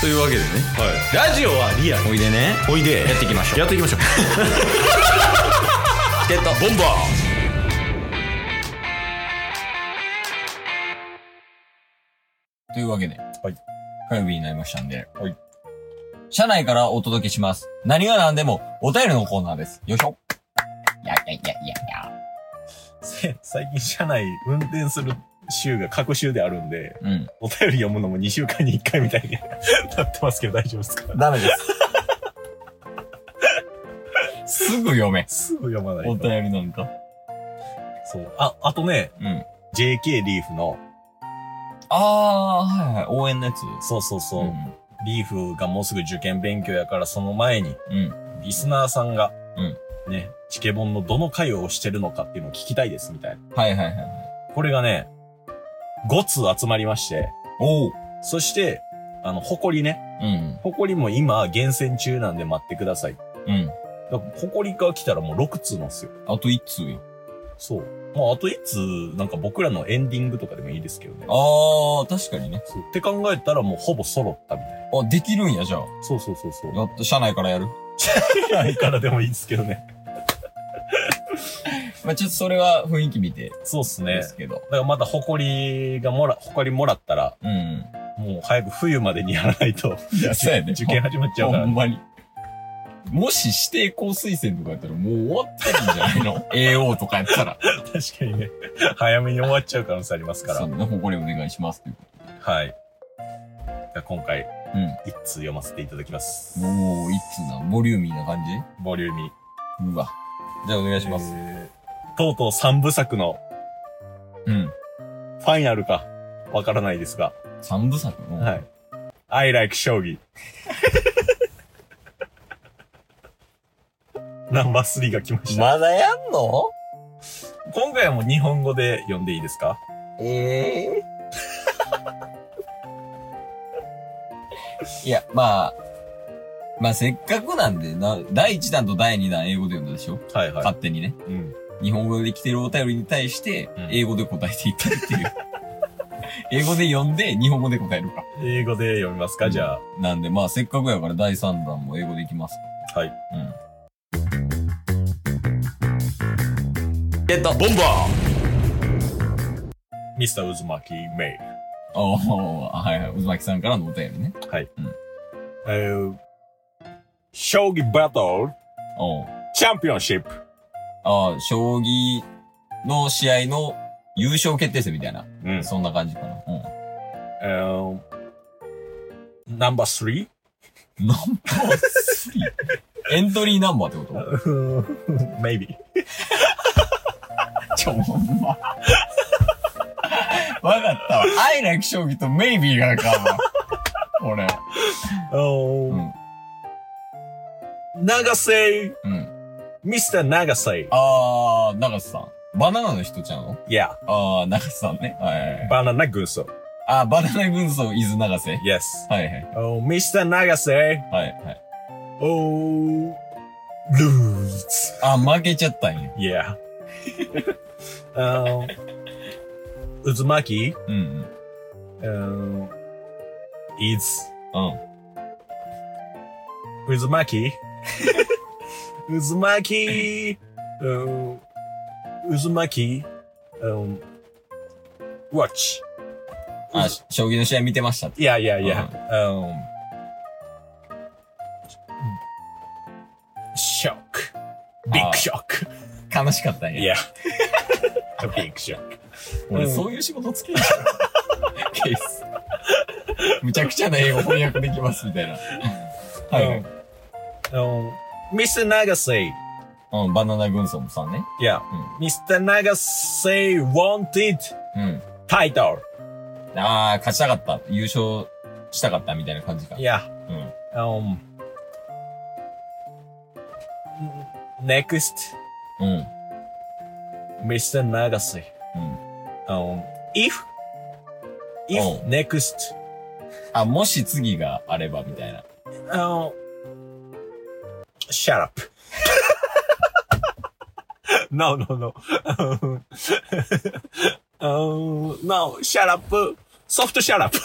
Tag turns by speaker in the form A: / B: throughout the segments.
A: というわけでね
B: ラジオはリアル
A: おいでね
B: おいで
A: やっていきましょう
B: やっていきましょう
A: チケットボンバーというわけで、
B: はい
A: 火曜日になりましたんで、
B: はい
A: 社内からお届けします。何が何でもお便りのコーナーです。よいしょ。いやいやいやいやいや。
B: せ 最近車内運転する週が各週であるんで
A: うん。
B: お便り読むのも2週間に1回みたいに なってますけど大丈夫ですか
A: ダメ です。すぐ読め。
B: すぐ読まない
A: お
B: と
A: 便りなんか。
B: そうああとね
A: うん。
B: JK リーフの
A: あー、はいはい。応援のやつ。
B: そうそうそう、
A: ん。
B: リーフがもうすぐ受験勉強やからその前に
A: うん。
B: リスナーさんが、
A: うん
B: ねチケボンのどの回をしてるのかっていうのを聞きたいですみたいな
A: はいはいはい。
B: これがね5通集まりまして
A: おう。
B: そしてあの誇りね
A: うん。
B: 誇りも今厳選中なんで待ってください
A: うん。
B: だから、ここにが来たらもう6通なんですよ。
A: あと一通よ。
B: そう。まあ、あと1通、なんか僕らのエンディングとかでもいいですけどね。
A: あー、確かにね。
B: そう。って考えたらもうほぼ揃ったみたいな。
A: あ、できるんや、じゃあ。
B: そうそうそうそう。
A: やっと、社内からやる。
B: ないからでもいいですけどね。
A: まあちょっとそれは雰囲気見て
B: そうっすね。
A: で
B: だ
A: すけど。
B: からまた誇りがもら、誇りもらったら、
A: うん。
B: もう早く冬までにやらないと、
A: いや、 そうやね。
B: 受験始まっちゃうか
A: ほ
B: ら
A: ん。まに。もし指定校推薦とかやったらもう終わってるんじゃない の ?AO とかやったら。
B: 確かにね。 早めに終わっちゃう可能性ありますか
A: そ
B: ら。
A: んな誇りお願いしますっていうこ
B: はい。じゃあ今回、
A: と。
B: 1通読ませていただきます
A: うん。。もう、いつな、ボリューミーな感じ
B: ボリューミー。
A: うわ。じゃあお願いします。
B: えーとうとう3部作の
A: うん。
B: ファイナルか、わからないですが。
A: 三部作の。
B: はい。I like 将棋。 ナンバー3が来ました。
A: まだやんの
B: 今回はもう日本語で読んでいいですか
A: ええ いや、まあ、まあせっかくなんで、な、第1弾と第2弾英語で読んだでしょ、
B: はいは
A: 勝手にね。
B: い。うん。
A: 日本語で来てるお便りに対して
B: うん、
A: 英語で答えていったっていう。 英語で読んで、日本語で答えるか。
B: 英語で読みますか、じゃ
A: なんで、まあせっかくやから第3弾も英語でいきます。
B: あ。はい。
A: うん。ゲット
B: ボンバーミスター渦巻きメイル。
A: おー、はいはい。渦巻さんからのお便りね。
B: えー、将棋バトル
A: おー。
B: チャンピオンシップ。
A: ああ、将棋の試合の優勝決定戦みたいな。
B: うん。
A: そんな感じかな。うん。
B: えー、ナンバー 3?
A: ナンバー 3? エントリーナンバーってこ
B: maybe.
A: とちょ、ほんま。わかったわ。アイライク将棋とメイビーがあかんわ。俺。
B: Oh.
A: うん。
B: Nagase,
A: うん。
B: Mr. Nagase.
A: あー、長瀬さん。バナナの人ちゃうの
B: Yeah,
A: あー、長瀬さんね。はいはいはい。
B: Banana Guso.
A: あー、バナナ軍曹 is 長瀬。
B: Yes.
A: はいはい。
B: Oh, Mr. Nagase.
A: はいはい。
B: Oh, lose.
A: あー、負けちゃったんや。
B: Yeah. um, Uzumaki
A: うんうん。
B: um, is
A: うん。
B: Uzumaki. Uzumaki. um, Uzumaki. Um, watch.
A: あ、将棋の試合見てましたって。
B: Yeah, yeah, yeah.
A: Uh-huh.
B: Um, shock. Big
A: Ah.
B: shock.
A: 悲しかったんや。
B: Yeah. A big shock.
A: 俺、
B: うん
A: そういう仕事つけるじゃん。ケース。むちゃくちゃな英語翻訳できます、みたいな。はいはい。
B: Um, Mr. Nagase.
A: うん、バナナ軍曹さんね。
B: Yeah.
A: Mm.
B: Mr. Nagase wanted
A: うん。
B: title.
A: ああ、勝ちたかった。優勝したかった、みたいな感じか。
B: Yeah.
A: うん。
B: Um. Next,
A: うん。
B: Mr. Nagase.
A: うん。
B: Um. If. If
A: Oh.
B: next.
A: あ、もし次があれば、みたいな。
B: Oh. Shut up. no, no, no. Um, no, shut up. Soft shut up.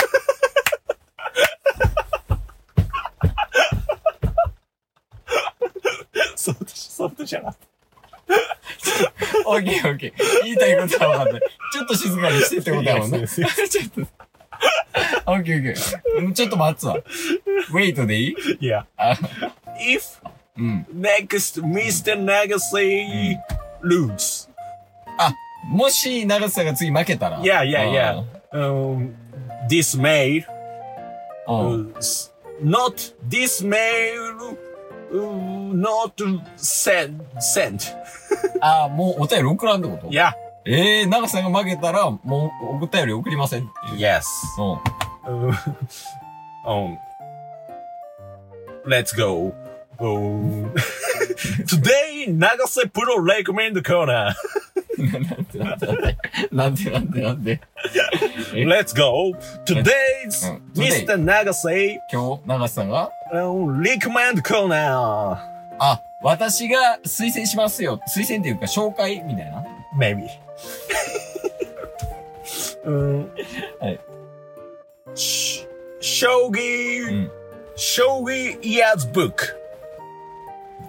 B: じゃなかっ
A: オッケーオッケー。言いたいことは分かった。ちょっと静かにしてって
B: た。
A: ことだもんね。
B: いや
A: ちょっと。オッケーオッケー。うんちょっと待つ わ。ウェイトでいい
B: いや
A: あ。
B: If
A: うん。
B: next Mr. Nagase lose.
A: もし、長瀬が次負けたら。
B: いやいやいや
A: あ
B: Um, this mail
A: ー。うん。
B: was not this mail uh, not sent sent.
A: あー、もうお便り送らんってこと
B: Yeah.
A: ええー、長瀬が負けたら、もうお便り送りませんっていう。
B: Yes.
A: うん。
B: Um, um, let's go. Um, today Nagase Pro recommend corner.
A: なんてなんてなんてなんてなんて。え
B: Let's go. Today's
A: うん
B: Mr. Nagase
A: 今日、長瀬さんが、
B: um, recommend corner.
A: あ、私が推薦しますよ。推薦っていうか、紹介みたいな。
B: Maybe. um,
A: はい。
B: sh- shogi
A: うん。
B: Shogi Year's book.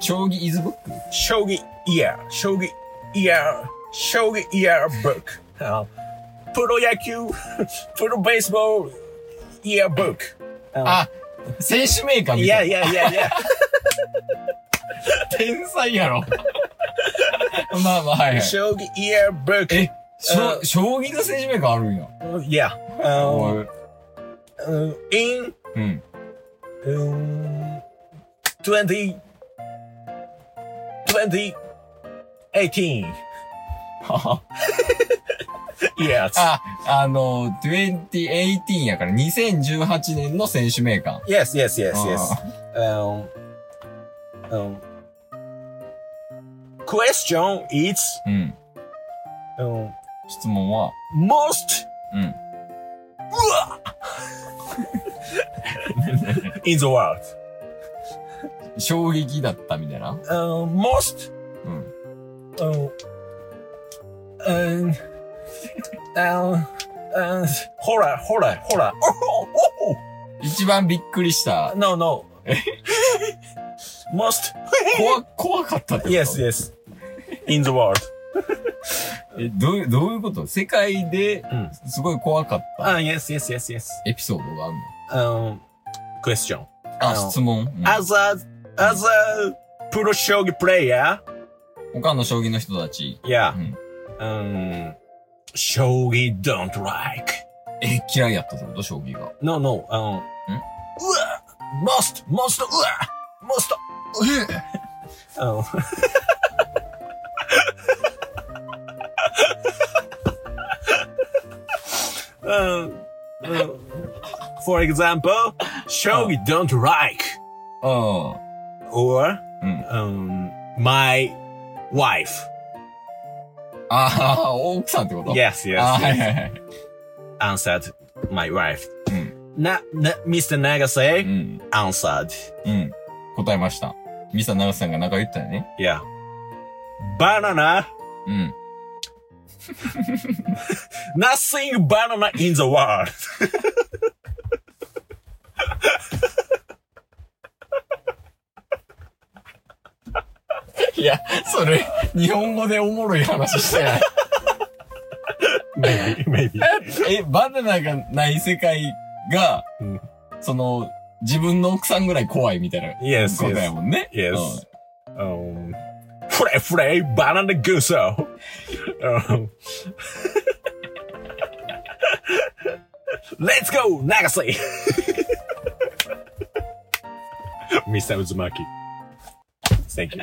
A: 将棋イズブック
B: Shogi Year. Shogi Year. Shogi Year book. あのプロ野 球、プロベースボール、イヤーブック。
A: あ、選手名鑑
B: い
A: みた
B: や
A: い
B: いやいやいや。
A: な。天才やろ。 まあまあ、はい、はい。
B: 将棋イヤーブック。
A: え、しょ
B: う
A: 将棋の選手名鑑あるんや。
B: いや。あの
A: おい
B: うん Um, uh, in
A: うん。
B: うん20 2018 years.
A: あ、あの、2018やから2018年の選手名鑑。
B: Yes, yes, yes, yes.
A: あ
B: Um, um, question is
A: うん。
B: um,
A: 質問は、
B: most
A: うん。
B: in the world.
A: 衝撃だったみたいな。
B: Uh, most
A: うん。
B: um, um, um, um, horror, horror, horror. Oh, oh, oh,
A: 一番びっくりした。
B: no, no. most
A: 怖、怖かったってこと
B: yes, yes, in the world.
A: え、どういう、どういうこと世界で
B: うん、
A: すごい怖かった、
B: Ah, yes, yes, yes, yes.
A: エピソードがあるの
B: Um, question. あ
A: あ、
B: の
A: 質問、うん
B: other other pro shogi player
A: 他の将棋の人たち。う
B: yeah
A: ん。
B: um shogi don't like
A: え、嫌いやったってこと将棋が。
B: no no
A: ん？
B: um uh, うわ most most うわ most うんうんうん Uh, for example shogi don't like
A: あ
B: or
A: あ、うん。
B: um my wife
A: ああ、奥さんってことい
B: yes yes
A: あーは
B: yes
A: いはいはい。
B: answered my wife.
A: うん。
B: な、な、Mr.
A: う
B: Nagase
A: ん。
B: answered.
A: うん。答えました。ミサ長瀬さんが中言ったよね。
B: Yeah. Banana,
A: うん。
B: nothing banana in the world.
A: いや、それ、日本語でおもろい話してない。
B: maybe, maybe.
A: え、バナナがない世界が、
B: うん
A: その、自分の奥さんぐらい怖いみたいな
B: Yes,
A: ことや
B: yes.
A: もんね。
B: Yes. Um, fray, fray, banana guso. Um, Let's go, Nagase! Mr. Uzumaki. Thank you.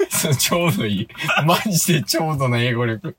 A: そうちょうどいい。マジでちょうどの英語力。